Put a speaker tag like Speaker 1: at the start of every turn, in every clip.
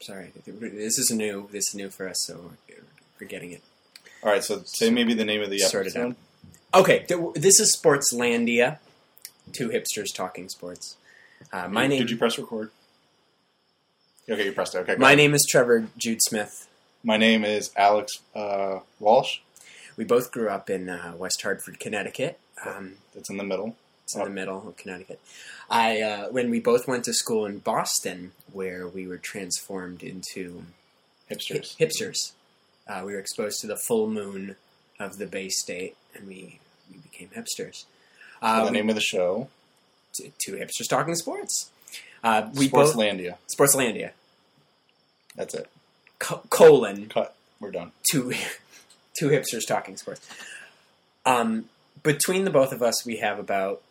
Speaker 1: Sorry, this is new. This is new for us, so we're, we're getting it.
Speaker 2: All right, so say maybe the name of the
Speaker 1: Sort it
Speaker 2: episode.
Speaker 1: Okay, th- this is Sportslandia. Two hipsters talking sports. Uh, my name.
Speaker 2: Did you press record? Okay, you pressed it. Okay. go
Speaker 1: my
Speaker 2: ahead.
Speaker 1: name is Trevor Jude Smith.
Speaker 2: My name is Alex uh, Walsh.
Speaker 1: We both grew up in uh, West Hartford, Connecticut. Um,
Speaker 2: It's in the middle.
Speaker 1: It's in the middle of Connecticut. I uh, when we both went to school in Boston, where we were transformed into hip-
Speaker 2: Hipsters.
Speaker 1: hipsters. Uh, we were exposed to the full moon of the Bay State, and we, we became hipsters.
Speaker 2: And
Speaker 1: Uh,
Speaker 2: the
Speaker 1: we-
Speaker 2: name of the show.
Speaker 1: t- two hipsters talking sports. Uh, we both
Speaker 2: Sportslandia.
Speaker 1: Sportslandia
Speaker 2: That's it.
Speaker 1: co- colon
Speaker 2: Cut. We're done.
Speaker 1: two two hipsters talking sports. Um, between the both of us, we have about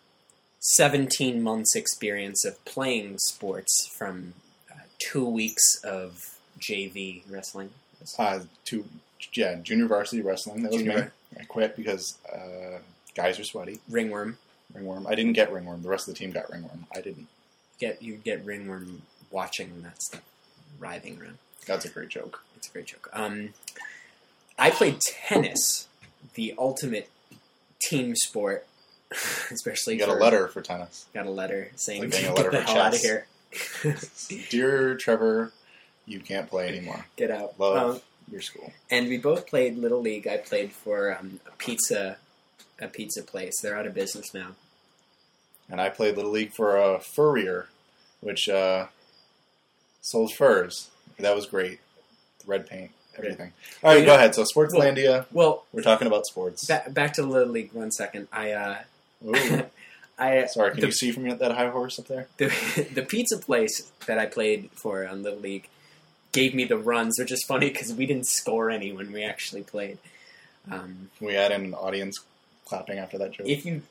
Speaker 1: seventeen months' experience of playing sports from uh, two weeks of JV wrestling.
Speaker 2: Uh, to yeah, junior varsity wrestling. That was
Speaker 1: Junior
Speaker 2: me. I quit because uh, guys are sweaty.
Speaker 1: Ringworm,
Speaker 2: Ringworm. I didn't get ringworm. The rest of the team got ringworm. I didn't.
Speaker 1: get you get ringworm watching that stuff, writhing around.
Speaker 2: That's a great joke.
Speaker 1: It's a great joke. Um, I played tennis, the ultimate team sport, especially
Speaker 2: You got a
Speaker 1: for-
Speaker 2: letter for tennis.
Speaker 1: Got a letter saying,
Speaker 2: Like getting a
Speaker 1: "Get
Speaker 2: letter
Speaker 1: the
Speaker 2: from
Speaker 1: hell out of
Speaker 2: chess.
Speaker 1: here,
Speaker 2: Dear Trevor, you can't play anymore.
Speaker 1: get out."
Speaker 2: Love
Speaker 1: Um,
Speaker 2: your school.
Speaker 1: and we both played little league. I played for um, a pizza, a pizza place. They're out of business now.
Speaker 2: and I played Little League for a furrier, which uh, sold furs. That was great. The red paint, everything. All right,
Speaker 1: Yeah.
Speaker 2: go ahead. So Sportslandia,
Speaker 1: Well,
Speaker 2: we're talking about sports.
Speaker 1: ba- back to little league one second. I, uh,
Speaker 2: Ooh.
Speaker 1: I
Speaker 2: Sorry, can
Speaker 1: the-
Speaker 2: you see from that high horse up there?
Speaker 1: the, the pizza place that I played for on Little League gave me the runs, which is funny because we didn't score any when we actually played. Um,
Speaker 2: Can we add in an audience clapping after that joke?
Speaker 1: if you,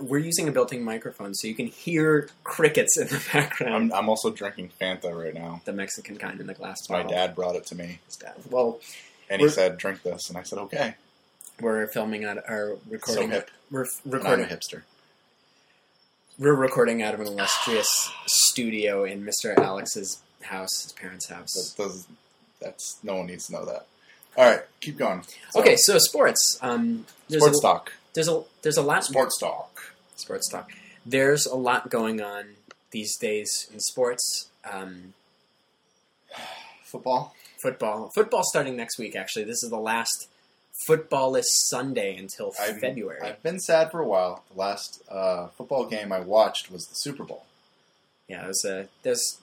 Speaker 1: we're using a built-in microphone, so you can hear crickets in the background.
Speaker 2: I'm, I'm also drinking Fanta right now.
Speaker 1: the Mexican kind in the glass
Speaker 2: My
Speaker 1: bottle.
Speaker 2: dad brought it to me,
Speaker 1: His dad. Well,
Speaker 2: and he
Speaker 1: We're-
Speaker 2: said, "Drink this," and I said, "Okay."
Speaker 1: we're filming on our
Speaker 2: So
Speaker 1: recording.
Speaker 2: hip.
Speaker 1: We're f-
Speaker 2: And I'm a
Speaker 1: recording.
Speaker 2: hipster.
Speaker 1: We're recording out of an illustrious studio in Mr. Alex's house, his parents'
Speaker 2: That
Speaker 1: house.
Speaker 2: does, that's no one needs to know that. All right, keep going. So,
Speaker 1: okay, so sports. Um, there's
Speaker 2: sports
Speaker 1: a,
Speaker 2: talk.
Speaker 1: There's a there's a lot
Speaker 2: Sports talk.
Speaker 1: sports talk. There's a lot going on these days in sports. Um,
Speaker 2: Football.
Speaker 1: football, football starting next week. Actually, this is the last footballless Sunday until
Speaker 2: I'm-
Speaker 1: February.
Speaker 2: I've been sad for a while. The last uh, football game I watched was the Super Bowl.
Speaker 1: yeah, there's a there's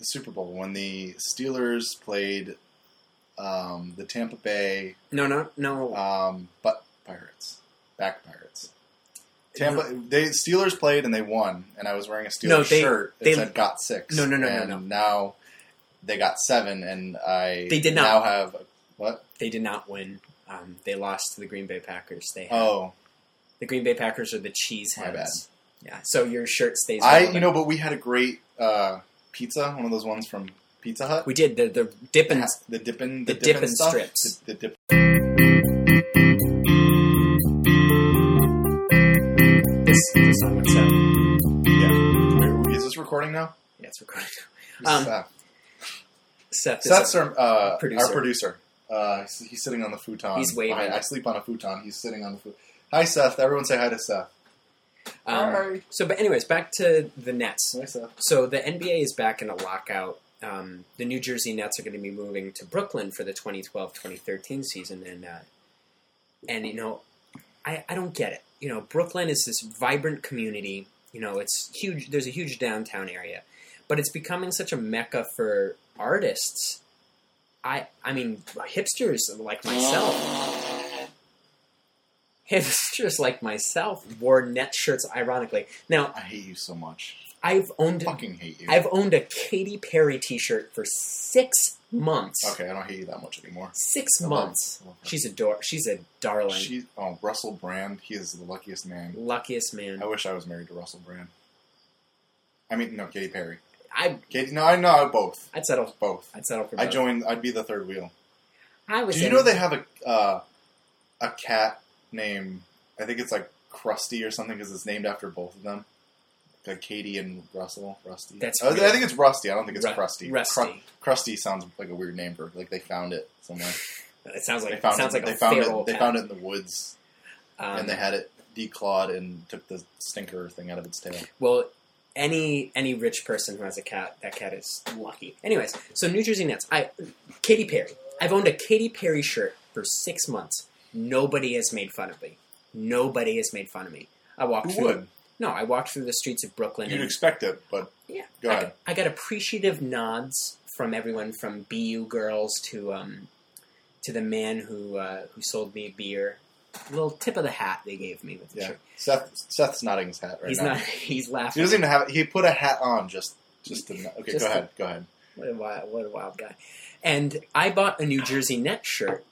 Speaker 2: The Super Bowl when the Steelers played um, the Tampa Bay
Speaker 1: no no no.
Speaker 2: um, butt Pirates, back Pirates. Tampa, they Steelers played and they won, and I was wearing a Steelers
Speaker 1: No, they-
Speaker 2: shirt that
Speaker 1: they-
Speaker 2: said "Got six.
Speaker 1: No, no, no, no,
Speaker 2: and
Speaker 1: no.
Speaker 2: Now they got seven, and I
Speaker 1: They did not.
Speaker 2: now have what?
Speaker 1: they did not win. Um, they lost to the Green Bay Packers. They
Speaker 2: Oh,
Speaker 1: the Green Bay Packers are the cheese
Speaker 2: My
Speaker 1: heads. Yeah, so your shirt stays.
Speaker 2: I
Speaker 1: relevant.
Speaker 2: you know, but we had a great uh, pizza, one of those ones from Pizza Hut.
Speaker 1: we did the the dip and
Speaker 2: the, the dipping
Speaker 1: the
Speaker 2: the,
Speaker 1: dippin'
Speaker 2: dippin' stuff,
Speaker 1: strips.
Speaker 2: The, the dip.
Speaker 1: this, this on what's up.
Speaker 2: Yeah. Is this recording now?
Speaker 1: Yeah, it's recorded.
Speaker 2: This is
Speaker 1: Um,
Speaker 2: Seth.
Speaker 1: Seth, is
Speaker 2: Seth's our, uh,
Speaker 1: producer.
Speaker 2: our producer. Uh, he's, he's sitting on the futon.
Speaker 1: He's waving.
Speaker 2: I, I sleep on a futon. He's sitting on the futon. Hi, Seth. Everyone say hi to Seth.
Speaker 1: um, So, but anyways, back to the Nets.
Speaker 2: Hi, Seth.
Speaker 1: So the NBA is back in a lockout. Um, the New Jersey Nets are going to be moving to Brooklyn for the 2012-2013 season, and uh, and you know, I, I don't get it. You know, Brooklyn is this vibrant community. You know, it's huge. There's a huge downtown area, but it's becoming such a mecca for artists. I I mean, hipsters like myself. Hipsters like myself wore net shirts. Ironically, now
Speaker 2: I hate you so much.
Speaker 1: I've owned
Speaker 2: I fucking hate you.
Speaker 1: I've owned a Katy Perry T-shirt for six months.
Speaker 2: okay, I don't hate you that much anymore.
Speaker 1: Six
Speaker 2: I love-
Speaker 1: months.
Speaker 2: I love her.
Speaker 1: She's a dor- She's a darling.
Speaker 2: She, oh, Russell Brand. He is the luckiest man.
Speaker 1: Luckiest man.
Speaker 2: I wish I was married to Russell Brand. I mean, no, Katy Perry.
Speaker 1: I
Speaker 2: Katy, no, I know both.
Speaker 1: I'd settle.
Speaker 2: Both.
Speaker 1: I'd settle for.
Speaker 2: I
Speaker 1: both.
Speaker 2: joined. I'd be the third wheel.
Speaker 1: I was.
Speaker 2: Do you
Speaker 1: in-
Speaker 2: know they have a uh, a cat name? I think it's like Krusty or something because it's named after both of them. like Katie and Russell, Rusty. Oh,
Speaker 1: That's
Speaker 2: I, I
Speaker 1: weird.
Speaker 2: think it's Rusty. I don't think it's
Speaker 1: Ru-
Speaker 2: Crusty.
Speaker 1: Rusty.
Speaker 2: Cru- Crusty sounds like a weird name for like they found it somewhere.
Speaker 1: It sounds
Speaker 2: They
Speaker 1: like
Speaker 2: found
Speaker 1: sounds
Speaker 2: it.
Speaker 1: like
Speaker 2: they
Speaker 1: a
Speaker 2: found
Speaker 1: feral
Speaker 2: it. They
Speaker 1: cat.
Speaker 2: found it in the woods,
Speaker 1: Um,
Speaker 2: and they had it declawed and took the stinker thing out of its tail.
Speaker 1: Well, any any rich person who has a cat, that cat is lucky. Anyways, so New Jersey Nets. I Katy Perry. I've owned a Katy Perry shirt for six months. Nobody has made fun of me. Nobody has made fun of me. I walked
Speaker 2: Who
Speaker 1: through.
Speaker 2: would?
Speaker 1: No, I walked through the streets of Brooklyn.
Speaker 2: You'd
Speaker 1: and
Speaker 2: expect it, but
Speaker 1: Yeah.
Speaker 2: Go
Speaker 1: I
Speaker 2: ahead.
Speaker 1: got- I got appreciative nods from everyone from BU girls to um, to the man who uh, who sold me a beer. little tip of the hat they gave me with the
Speaker 2: Yeah.
Speaker 1: shirt.
Speaker 2: Seth Seth's nodding his hat right
Speaker 1: he's
Speaker 2: now.
Speaker 1: not. He's
Speaker 2: He
Speaker 1: laughing.
Speaker 2: doesn't even have. He put a hat on just just to. Okay,
Speaker 1: Just to-
Speaker 2: go ahead. Go ahead.
Speaker 1: What a wild, what a wild guy. And I bought a New Jersey Net shirt,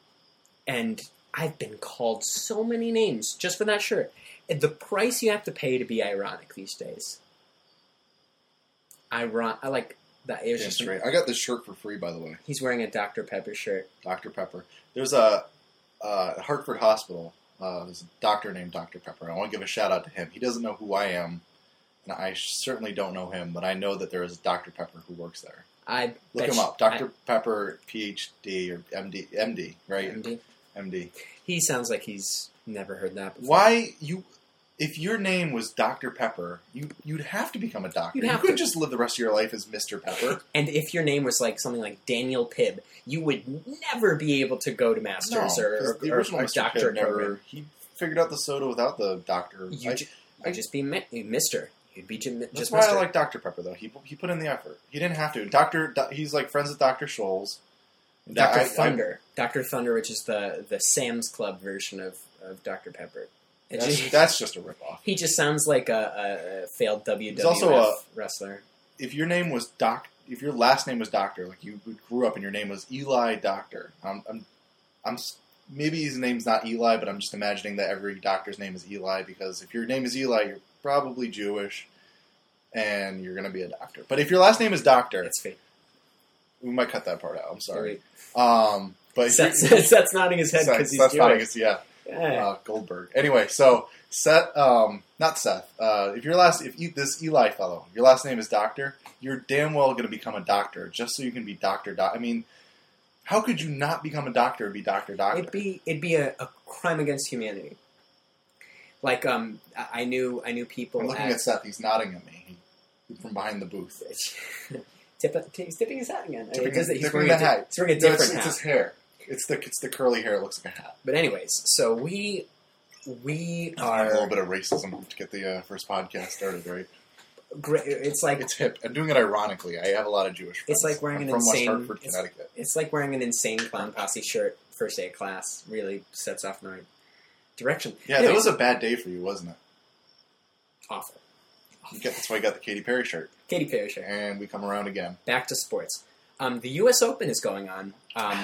Speaker 1: and I've been called so many names just for that shirt. And the price you have to pay to be ironic these days. Iron, I like that. It was
Speaker 2: Yeah,
Speaker 1: just
Speaker 2: straight. I got this shirt for free, by the way.
Speaker 1: he's wearing a Dr Pepper shirt.
Speaker 2: Dr. Pepper. There's a uh, Hartford Hospital. Uh, there's a doctor named Dr. Pepper. I want to give a shout out to him. He doesn't know who I am, and I certainly don't know him, but I know that there is a Dr. Pepper who works there.
Speaker 1: I
Speaker 2: Look
Speaker 1: bet
Speaker 2: him
Speaker 1: you-
Speaker 2: up. Dr. Pepper, PhD or MD, MD,
Speaker 1: I-
Speaker 2: right?
Speaker 1: MD.
Speaker 2: MD.
Speaker 1: He sounds like he's never heard that. Before.
Speaker 2: Why you? If your name was Dr. Pepper, you you'd have to become a doctor.
Speaker 1: You'd
Speaker 2: You
Speaker 1: have
Speaker 2: couldn't
Speaker 1: to.
Speaker 2: just live the rest of your life as Mr. Pepper.
Speaker 1: And if your name was like something like Daniel Pibb, you would never be able to go to masters or,
Speaker 2: 'cause
Speaker 1: or,
Speaker 2: the original
Speaker 1: or
Speaker 2: Mr.
Speaker 1: doctor
Speaker 2: Pibb never.
Speaker 1: program.
Speaker 2: He figured out the soda without the doctor.
Speaker 1: You
Speaker 2: I-
Speaker 1: ju- I'd just be mi- Mister. You'd be Jim,
Speaker 2: That's
Speaker 1: just
Speaker 2: why
Speaker 1: Mister.
Speaker 2: I like Dr. Pepper though. He he put in the effort. He didn't have to. Doctor, Do- he's like friends with Dr. Scholes. And
Speaker 1: Doctor
Speaker 2: I- I-
Speaker 1: Thunder. Doctor Thunder, which is the the Sam's Club version of of Doctor Pepper. It
Speaker 2: that's,
Speaker 1: just-
Speaker 2: that's just a ripoff.
Speaker 1: he just sounds like a, a, a failed WWF
Speaker 2: also a-
Speaker 1: wrestler.
Speaker 2: If your name was Doc, if your last name was Doctor, like you grew up and your name was Eli Doctor, I'm I'm, I'm s- maybe his name's not Eli, but I'm just imagining that every doctor's name is Eli because if your name is Eli, you're probably Jewish, and you're gonna be a doctor. But if your last name is Doctor,
Speaker 1: That's fake.
Speaker 2: we might cut that part out. I'm sorry. Um, but if
Speaker 1: Seth's,
Speaker 2: you're-
Speaker 1: Seth's nodding his head because
Speaker 2: Seth-
Speaker 1: he's
Speaker 2: Seth
Speaker 1: doing.
Speaker 2: Fodigas, yeah.
Speaker 1: Yeah.
Speaker 2: uh, Goldberg. Anyway, so Seth, um, not Seth. Uh, if your last, if e- this Eli fellow, your last name is Doctor, you're damn well going to become a doctor just so you can be Doctor. Doc. I mean, how could you not become a doctor and be Doctor Doctor?
Speaker 1: It'd be it'd be a, a crime against humanity. Like um, I I knew I knew people.
Speaker 2: I'm looking at Seth. He's nodding at me He- from behind the booth.
Speaker 1: Tip, uh, he's tipping his hat again. I mean,
Speaker 2: Tipping-
Speaker 1: does it- he's wearing
Speaker 2: tipping the
Speaker 1: a, di-
Speaker 2: hat.
Speaker 1: he's wearing a
Speaker 2: No,
Speaker 1: different
Speaker 2: it's,
Speaker 1: hat.
Speaker 2: it's his hair. It's the it's the curly hair. It looks like a hat.
Speaker 1: But anyways, so we we
Speaker 2: I have a little
Speaker 1: are
Speaker 2: bit of racism to get the uh, first podcast started. Right?
Speaker 1: great. It's like
Speaker 2: It's hip. I'm doing it ironically. I have a lot of Jewish friends.
Speaker 1: It's like wearing
Speaker 2: I'm
Speaker 1: an
Speaker 2: from
Speaker 1: insane-
Speaker 2: West Hartford,
Speaker 1: it's-
Speaker 2: Connecticut.
Speaker 1: it's like wearing an insane clown posse shirt first day of class. Really sets off in the right direction.
Speaker 2: Yeah, that
Speaker 1: Anyways,
Speaker 2: was a bad day for you, wasn't it?
Speaker 1: awful.
Speaker 2: You got, that's why I got the Katy Perry shirt.
Speaker 1: Katy Perry shirt.
Speaker 2: And we come around again.
Speaker 1: Back to sports. Um, the U.S. Open is going on um,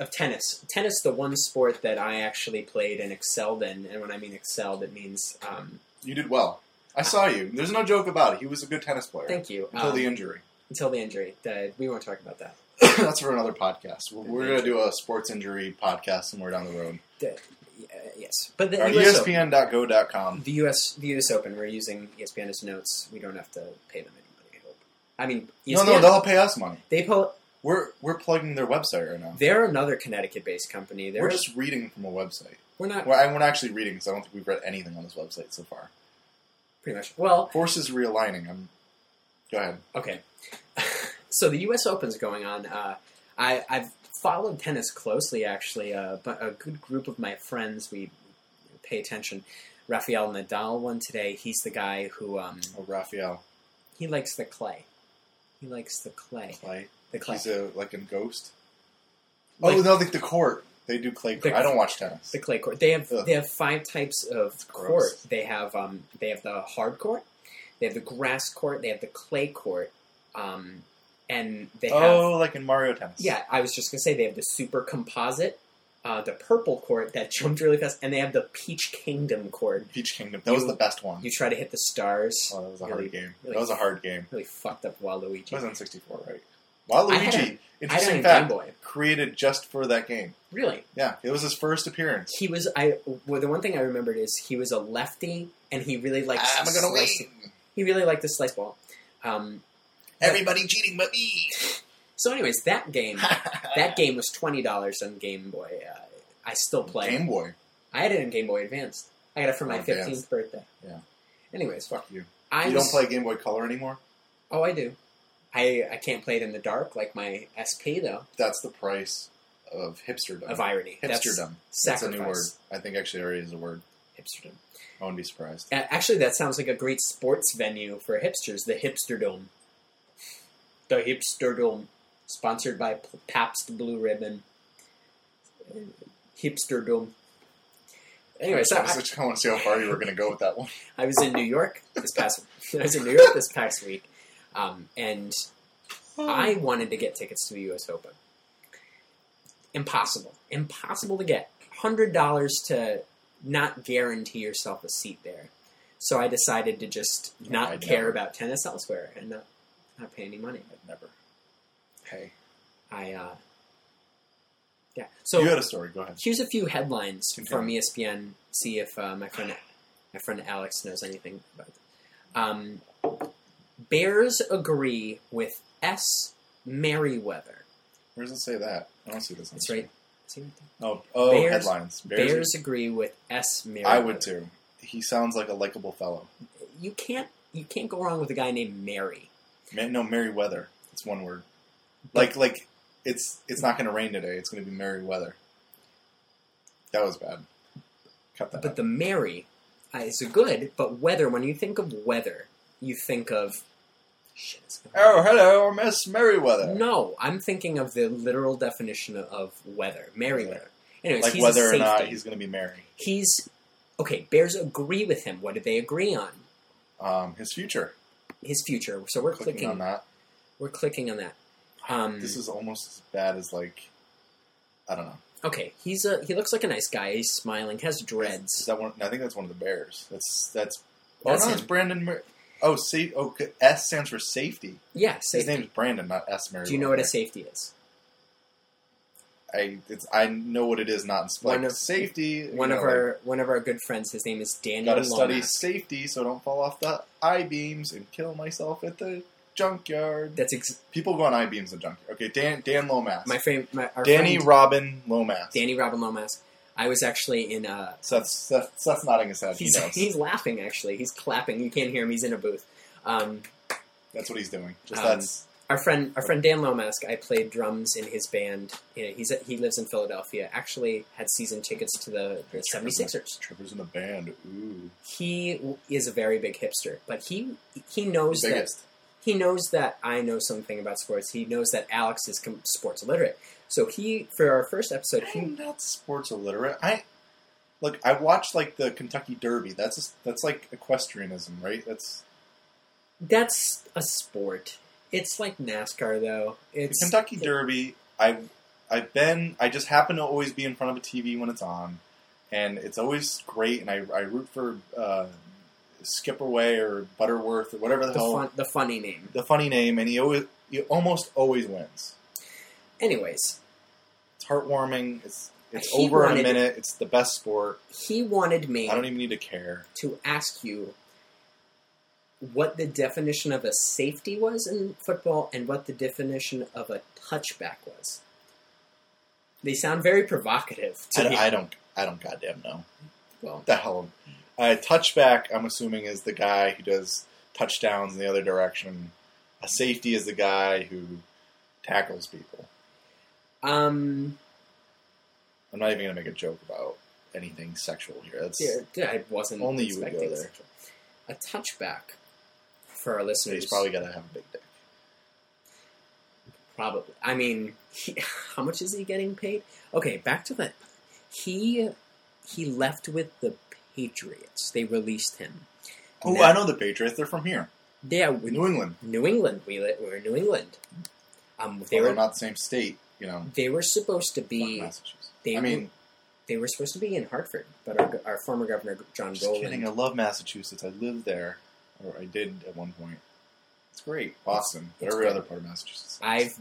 Speaker 1: of tennis. Tennis, the one sport that I actually played and excelled in, and when I mean excelled, it means um,
Speaker 2: You did well. I saw you. There's no joke about it. He was a good tennis player
Speaker 1: thank you
Speaker 2: until the
Speaker 1: um,
Speaker 2: injury.
Speaker 1: until the injury. The- we won't talk about that.
Speaker 2: that's for another podcast. We're, we're going to
Speaker 1: Injury.
Speaker 2: do a sports injury podcast somewhere down the road. E
Speaker 1: Uh, yes, but the
Speaker 2: Or
Speaker 1: US Open-
Speaker 2: ESPN.go.com.
Speaker 1: The U.S. the U.S. Open. We're using E ESPN as notes. We don't have to pay them any money. I hope. I mean, E
Speaker 2: No,
Speaker 1: ESPN,
Speaker 2: no, they'll pay us money.
Speaker 1: they po-
Speaker 2: We're we're plugging their website right now.
Speaker 1: They're another Connecticut-based company. They're,
Speaker 2: We're just reading from a website.
Speaker 1: we're not
Speaker 2: Well, and we're not actually reading because I don't think we've read anything on this website so far.
Speaker 1: pretty much. Well,
Speaker 2: Forces realigning. I'm, go ahead.
Speaker 1: okay. so the U.S. Open's going on. Uh, I, I've followed tennis closely, actually. Uh, but a good group of my friends we pay attention. Rafael Nadal won today. He's the guy who um,
Speaker 2: Oh, Raphael
Speaker 1: he likes the clay. He likes the clay.
Speaker 2: Clay.
Speaker 1: The clay.
Speaker 2: He's a like in Ghost.
Speaker 1: Like-
Speaker 2: oh no, like the court. They do clay court.
Speaker 1: The-
Speaker 2: I don't watch tennis.
Speaker 1: The clay court. They have
Speaker 2: Ugh.
Speaker 1: they have five types of
Speaker 2: gross.
Speaker 1: court. They have um they have the hard court, they have the grass court, they have the clay court, um, and they have
Speaker 2: oh, like in Mario Tennis.
Speaker 1: yeah. I was just gonna say they have the super composite, uh, the purple court that jumped really fast, and they have the peach kingdom court.
Speaker 2: Peach Kingdom. That
Speaker 1: You-
Speaker 2: was the best one.
Speaker 1: You try to hit the stars.
Speaker 2: oh, that was a
Speaker 1: really-
Speaker 2: hard game.
Speaker 1: really-
Speaker 2: that was a hard game.
Speaker 1: Really fucked up
Speaker 2: It was
Speaker 1: Waluigi.
Speaker 2: on 64, right?
Speaker 1: I had
Speaker 2: Waluigi,
Speaker 1: I don't
Speaker 2: interesting
Speaker 1: even Game
Speaker 2: fact,
Speaker 1: Boy.
Speaker 2: created just for that game.
Speaker 1: Really,
Speaker 2: Yeah, it was his first appearance.
Speaker 1: he was. I well, the one thing I remembered is he was a lefty, and he really likes.
Speaker 2: I'm gonna
Speaker 1: slice-
Speaker 2: win.
Speaker 1: He really liked the slice ball. Um,
Speaker 2: Everybody cheating but me.
Speaker 1: so, anyways, that game that game was twenty dollars on Game Boy. Uh, I still play. it.
Speaker 2: Game Boy.
Speaker 1: I had it in Game Boy Advanced. I got it for my
Speaker 2: Oh,
Speaker 1: fifteenth
Speaker 2: Advanced.
Speaker 1: birthday.
Speaker 2: Yeah.
Speaker 1: Anyways,
Speaker 2: Fuck you.
Speaker 1: I
Speaker 2: you
Speaker 1: was-
Speaker 2: don't play Game Boy Color anymore.
Speaker 1: Oh, I do. I I can't play it in the dark like my SP though.
Speaker 2: That's the price of hipsterdom.
Speaker 1: Of irony. That's
Speaker 2: hipsterdom. That's a
Speaker 1: sacrifice.
Speaker 2: new word. I think actually already is a word.
Speaker 1: Hipsterdom.
Speaker 2: I wouldn't be surprised.
Speaker 1: A- Actually, that sounds like a great sports venue for hipsters. The Hipsterdome. The Hipsterdome, sponsored by P- Pabst Blue Ribbon. Hipsterdome. Anyway, so
Speaker 2: I, was
Speaker 1: I,
Speaker 2: just- I want to see how far you were going to go with that one.
Speaker 1: I was in New York this past. I was in New York this past week, um, and I
Speaker 2: Hmm.
Speaker 1: wanted to get tickets to the U.S. Open. Impossible, impossible to get. Hundred dollars to not guarantee yourself a seat there. So I decided to just
Speaker 2: Yeah,
Speaker 1: not
Speaker 2: I'd
Speaker 1: care
Speaker 2: never.
Speaker 1: about tennis elsewhere and not, not pay any money.
Speaker 2: I'd never. Hey,
Speaker 1: I uh, yeah. So
Speaker 2: you had a story. Go ahead.
Speaker 1: here's a few headlines
Speaker 2: Okay.
Speaker 1: from E ESPN. See if uh, my friend my friend Alex knows anything about them. Um, Bears agree with S. Merriweather.
Speaker 2: Where does it say that? I don't see this. on
Speaker 1: That's
Speaker 2: screen.
Speaker 1: right. See right there?
Speaker 2: Oh, oh,
Speaker 1: Bears-
Speaker 2: headlines.
Speaker 1: Bears,
Speaker 2: Bears.
Speaker 1: agree with S. Merriweather.
Speaker 2: I would too. He sounds like a likable fellow.
Speaker 1: You can't you can't go wrong with a guy named Mary.
Speaker 2: Man, no, Merryweather. It's one word. Like, like it's it's not going to rain today. It's going to be merry weather. That was bad. Cut that.
Speaker 1: But the Mary uh, is good. But weather. When you think of weather, you think of shit. It's gonna
Speaker 2: out. oh, hello, Miss Merryweather.
Speaker 1: No, I'm thinking of the literal definition of weather, Merriweather. Anyways,
Speaker 2: like
Speaker 1: he's
Speaker 2: whether
Speaker 1: a
Speaker 2: or
Speaker 1: safety.
Speaker 2: not he's going to be merry.
Speaker 1: He's- okay. Bears agree with him. What do they agree on?
Speaker 2: Um, his future.
Speaker 1: His future. So we're
Speaker 2: Clicking,
Speaker 1: clicking.
Speaker 2: on that.
Speaker 1: We're clicking on that. Um,
Speaker 2: This is almost as bad as like, I don't know.
Speaker 1: okay. He's a. He looks like a nice guy. He's smiling. Has dreads.
Speaker 2: Is that one? I think that's one of the bears. That's that's. Oh
Speaker 1: That's
Speaker 2: no,
Speaker 1: him.
Speaker 2: it's Brandon. Mer- oh, safe. Oh, good. S stands for safety.
Speaker 1: yeah.
Speaker 2: His
Speaker 1: Safety.
Speaker 2: name's Brandon, not S. Merriweather.
Speaker 1: do you know what a safety is?
Speaker 2: I it's I know what it is. Not in like
Speaker 1: One of-
Speaker 2: safety.
Speaker 1: One
Speaker 2: you
Speaker 1: of
Speaker 2: know,
Speaker 1: our one of our good friends. His name is
Speaker 2: like,
Speaker 1: Daniel.
Speaker 2: gotta study
Speaker 1: Lomax.
Speaker 2: safety, so I don't fall off the I beams and kill myself at the junkyard.
Speaker 1: That's ex-
Speaker 2: People go on I beams and junkyard. Okay, Dan Dan Lomas,
Speaker 1: my friend. My, our
Speaker 2: Danny
Speaker 1: friend,
Speaker 2: Robin Lomas.
Speaker 1: Danny Robin Lomas. I was actually in uh, a
Speaker 2: Seth, Seth, Seth's nodding his head. He
Speaker 1: He's,
Speaker 2: knows.
Speaker 1: he's laughing actually. He's clapping. You can't hear him. He's in a booth. Um,
Speaker 2: that's what he's doing. Just
Speaker 1: Um,
Speaker 2: that's
Speaker 1: our friend, our friend Dan Lomask. I played drums in his band. You know, he's he lives in Philadelphia. Actually, had season tickets to the, the 76ers.
Speaker 2: Trippers in the band. Ooh,
Speaker 1: He w- is a very big hipster, but he he knows that
Speaker 2: biggest.
Speaker 1: he knows that I know something about sports. He knows that Alex is com- sports illiterate. So he, for our first episode, he
Speaker 2: I'm not sports illiterate. I look. I watched like the Kentucky Derby. That's a, that's like equestrianism, right? That's
Speaker 1: that's a sport. It's like NASCAR though.
Speaker 2: the
Speaker 1: It's
Speaker 2: Kentucky Derby. I I've been. I just happen to always be in front of a TV when it's on, and it's always great. And I, I root for uh, Skipperway or Butterworth or whatever the,
Speaker 1: the
Speaker 2: hell
Speaker 1: fun, the funny name.
Speaker 2: the funny name, and he always he almost always wins.
Speaker 1: Anyways,
Speaker 2: It's heartwarming. It's it's
Speaker 1: He
Speaker 2: over in a
Speaker 1: wanted-
Speaker 2: minute. It's the best sport.
Speaker 1: he wanted me
Speaker 2: I don't even need to care.
Speaker 1: to ask you what the definition of a safety was in football and what the definition of a touchback was. They sound very provocative to
Speaker 2: I,
Speaker 1: me.
Speaker 2: I don't. I don't. Goddamn know.
Speaker 1: well,
Speaker 2: the hell? A touchback, I'm assuming, is the guy who does touchdowns in the other direction. A safety is the guy who tackles people.
Speaker 1: um,
Speaker 2: I'm not even going to make a joke about anything sexual here. That's
Speaker 1: yeah, yeah, I wasn't
Speaker 2: Only you would
Speaker 1: expecting
Speaker 2: go there.
Speaker 1: such a- a touchback for our
Speaker 2: so
Speaker 1: listeners.
Speaker 2: he's probably got to have a big dick.
Speaker 1: Probably. I mean, he, how much is he getting paid? Okay, back to that. He he left with the Patriots. They released him.
Speaker 2: Oh,
Speaker 1: Now-
Speaker 2: I know the Patriots. They're from here,
Speaker 1: Yeah, we-
Speaker 2: New England.
Speaker 1: New England. We li- we're New England. Um, they
Speaker 2: They are
Speaker 1: were
Speaker 2: not the same state, you know.
Speaker 1: they were supposed to
Speaker 2: fuck
Speaker 1: be
Speaker 2: Massachusetts.
Speaker 1: they
Speaker 2: I mean,
Speaker 1: they were supposed to be in Hartford, but our, our former governor John
Speaker 2: just kidding. I
Speaker 1: Golan.
Speaker 2: love Massachusetts. I lived there, or I did at one point. It's great, Boston, but
Speaker 1: it's
Speaker 2: every
Speaker 1: great.
Speaker 2: other part of Massachusetts.
Speaker 1: I've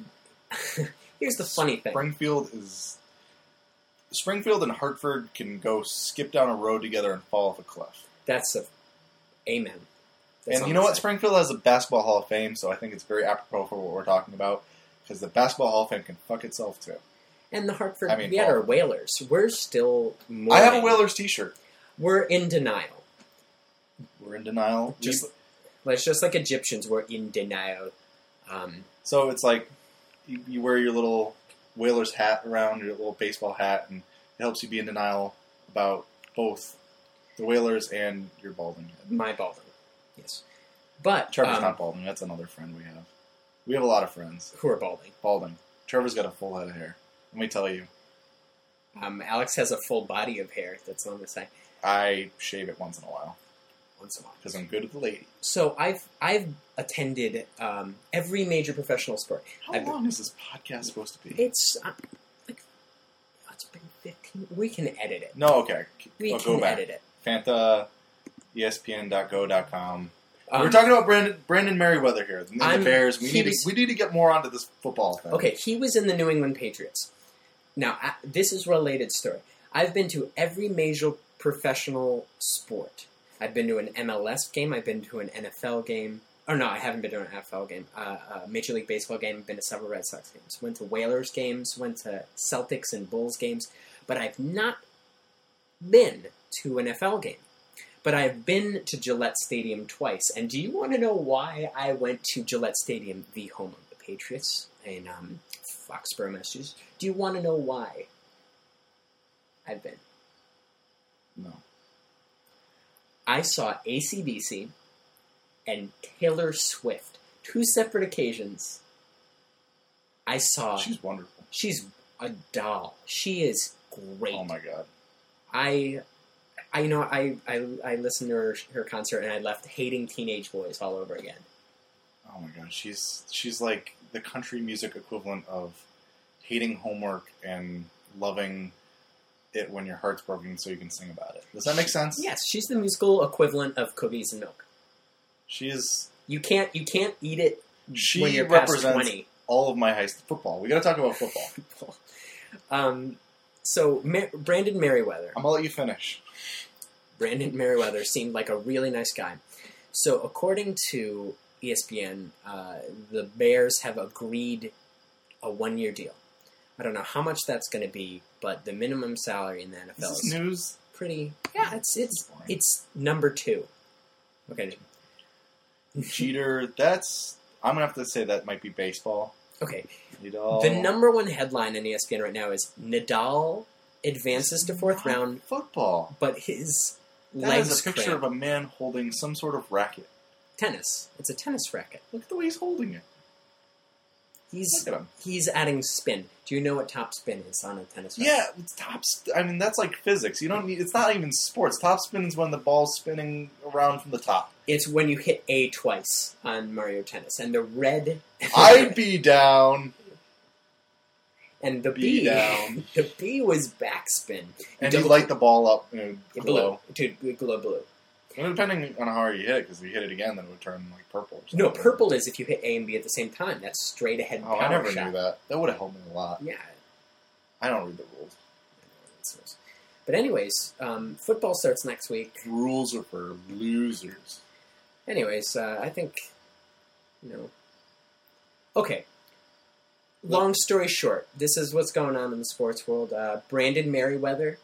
Speaker 1: here's the funny thing.
Speaker 2: Springfield is Springfield and Hartford can go skip down a road together and fall off a cliff.
Speaker 1: That's a amen. That's
Speaker 2: and
Speaker 1: all
Speaker 2: you
Speaker 1: I'm
Speaker 2: know what?
Speaker 1: saying.
Speaker 2: Springfield has a basketball hall of fame, so I think it's very apropos for what we're talking about because the basketball hall of fame can fuck itself too.
Speaker 1: And the Hartford,
Speaker 2: I mean,
Speaker 1: we had
Speaker 2: Paul.
Speaker 1: our Whalers. We're still. Mourning.
Speaker 2: I have a Whalers T-shirt.
Speaker 1: We're in denial.
Speaker 2: We're in denial.
Speaker 1: Just-
Speaker 2: We-
Speaker 1: Like just like Egyptians were in denial. Um,
Speaker 2: so it's like you, you wear your little Whalers hat around your little baseball hat, and it helps you be in denial about both the Whalers and your balding head.
Speaker 1: my balding. Yes, but
Speaker 2: Trevor's
Speaker 1: um,
Speaker 2: not balding. That's another friend we have. We have a lot of friends.
Speaker 1: who are balding?
Speaker 2: Balding. Trevor's got a full head of hair. Let me tell you,
Speaker 1: Um, Alex has a full body of hair that's on the side.
Speaker 2: I shave it once in a while
Speaker 1: Once a while.
Speaker 2: because I'm good with the lady.
Speaker 1: So I've I've attended um, every major professional sport.
Speaker 2: How
Speaker 1: I've-
Speaker 2: long is this podcast supposed to be?
Speaker 1: It's uh, like it's been fifteen. We can edit it.
Speaker 2: No, okay.
Speaker 1: We
Speaker 2: I'll
Speaker 1: can
Speaker 2: Oh, go back.
Speaker 1: edit it.
Speaker 2: Fanta, E ESPN.go.com.
Speaker 1: Um,
Speaker 2: We're talking about Brandon, Brandon Merriweather here. The, the
Speaker 1: I'm-
Speaker 2: Bears. We
Speaker 1: he
Speaker 2: need, to,
Speaker 1: was-
Speaker 2: we need to get more onto this football thing.
Speaker 1: Okay, he was in the New England Patriots. Now, I, this is a related story. I've been to every major professional sport. I've been to an MLS game. I've been to an NFL game. Or no, I haven't been to an NFL game. Uh, uh, Major League Baseball game. I've been to several Red Sox games. Went to Whalers games. Went to Celtics and Bulls games. But I've not been to an NFL game. But I've been to Gillette Stadium twice. And do you want to know why I went to Gillette Stadium, the home of the Patriots in um, Foxborough, Massachusetts? Do you want to know why I've been?
Speaker 2: No.
Speaker 1: I saw ACDC and Taylor Swift. Two separate occasions. I saw.
Speaker 2: She's wonderful.
Speaker 1: She's a doll. She is great.
Speaker 2: Oh, my God.
Speaker 1: I, I you know I, I I listened to her her concert and I left hating Teenage Boys all over again.
Speaker 2: Oh, my God. She's, she's like the country music equivalent of hating homework and loving it when your heart's broken so you can sing about it. Does that make sense?
Speaker 1: Yes, she's the musical equivalent of cookies and milk.
Speaker 2: She is
Speaker 1: You can't you can't eat it
Speaker 2: She
Speaker 1: when you're past
Speaker 2: represents-
Speaker 1: twenty.
Speaker 2: all of my high school football. We got to talk about football.
Speaker 1: Um, so Mer- Brandon Merriweather,
Speaker 2: I'm going to let you finish.
Speaker 1: Brandon Merriweather seemed like a really nice guy. So according to E ESPN, uh, the Bears have agreed a one year deal. I don't know how much that's going to be, but the minimum salary in the NFL
Speaker 2: Is this news?
Speaker 1: pretty. Yeah, it's it's it's number two. Okay,
Speaker 2: Cheater. That's. I'm gonna have to say that might be baseball.
Speaker 1: okay.
Speaker 2: Nadal.
Speaker 1: The number one headline E on ESPN right now is Nadal advances to fourth round,
Speaker 2: Football.
Speaker 1: but his
Speaker 2: That
Speaker 1: legs
Speaker 2: is a picture
Speaker 1: cramp.
Speaker 2: of a man holding some sort of racket.
Speaker 1: tennis. It's a tennis racket.
Speaker 2: Look at the way he's holding it.
Speaker 1: He's
Speaker 2: Look at him.
Speaker 1: he's adding spin. Do you know what top spin is on a tennis racket?
Speaker 2: Yeah, it's top. St- I mean, that's like physics. You don't need. It's not even sports. Top spin is when the ball's spinning around from the top.
Speaker 1: it's when you hit A twice on Mario Tennis, and the red.
Speaker 2: I be down.
Speaker 1: and the
Speaker 2: be
Speaker 1: B
Speaker 2: down.
Speaker 1: The B was backspin.
Speaker 2: And you
Speaker 1: Double-
Speaker 2: light the ball up. You know,
Speaker 1: Blue,
Speaker 2: glow.
Speaker 1: dude, glow blue.
Speaker 2: Well, depending on how hard you hit, because if you hit it again, then it would turn like purple. Or something.
Speaker 1: No, purple is if you hit A and B at the same time. That's straight ahead
Speaker 2: Oh,
Speaker 1: power
Speaker 2: I never
Speaker 1: shot.
Speaker 2: knew that. That would have helped me a lot.
Speaker 1: Yeah.
Speaker 2: I don't read the rules.
Speaker 1: But anyways, um, football starts next week.
Speaker 2: Rules are for losers.
Speaker 1: Anyways, uh, I think, you know. Okay. Long story short, this is what's going on in the sports world. Uh, Brandon Merriweather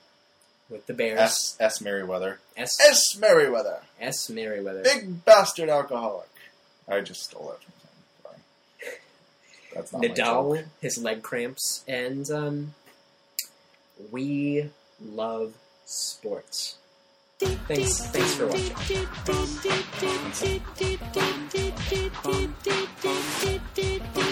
Speaker 1: with the Bears.
Speaker 2: S. S. Merriweather.
Speaker 1: S.
Speaker 2: S. Merriweather.
Speaker 1: S. Merriweather.
Speaker 2: Big bastard alcoholic. I just stole that from him. Sorry. That's not my joke.
Speaker 1: Nadal, Oh his leg cramps, and um, we love sports. Thanks, thanks for watching.
Speaker 3: Thanks.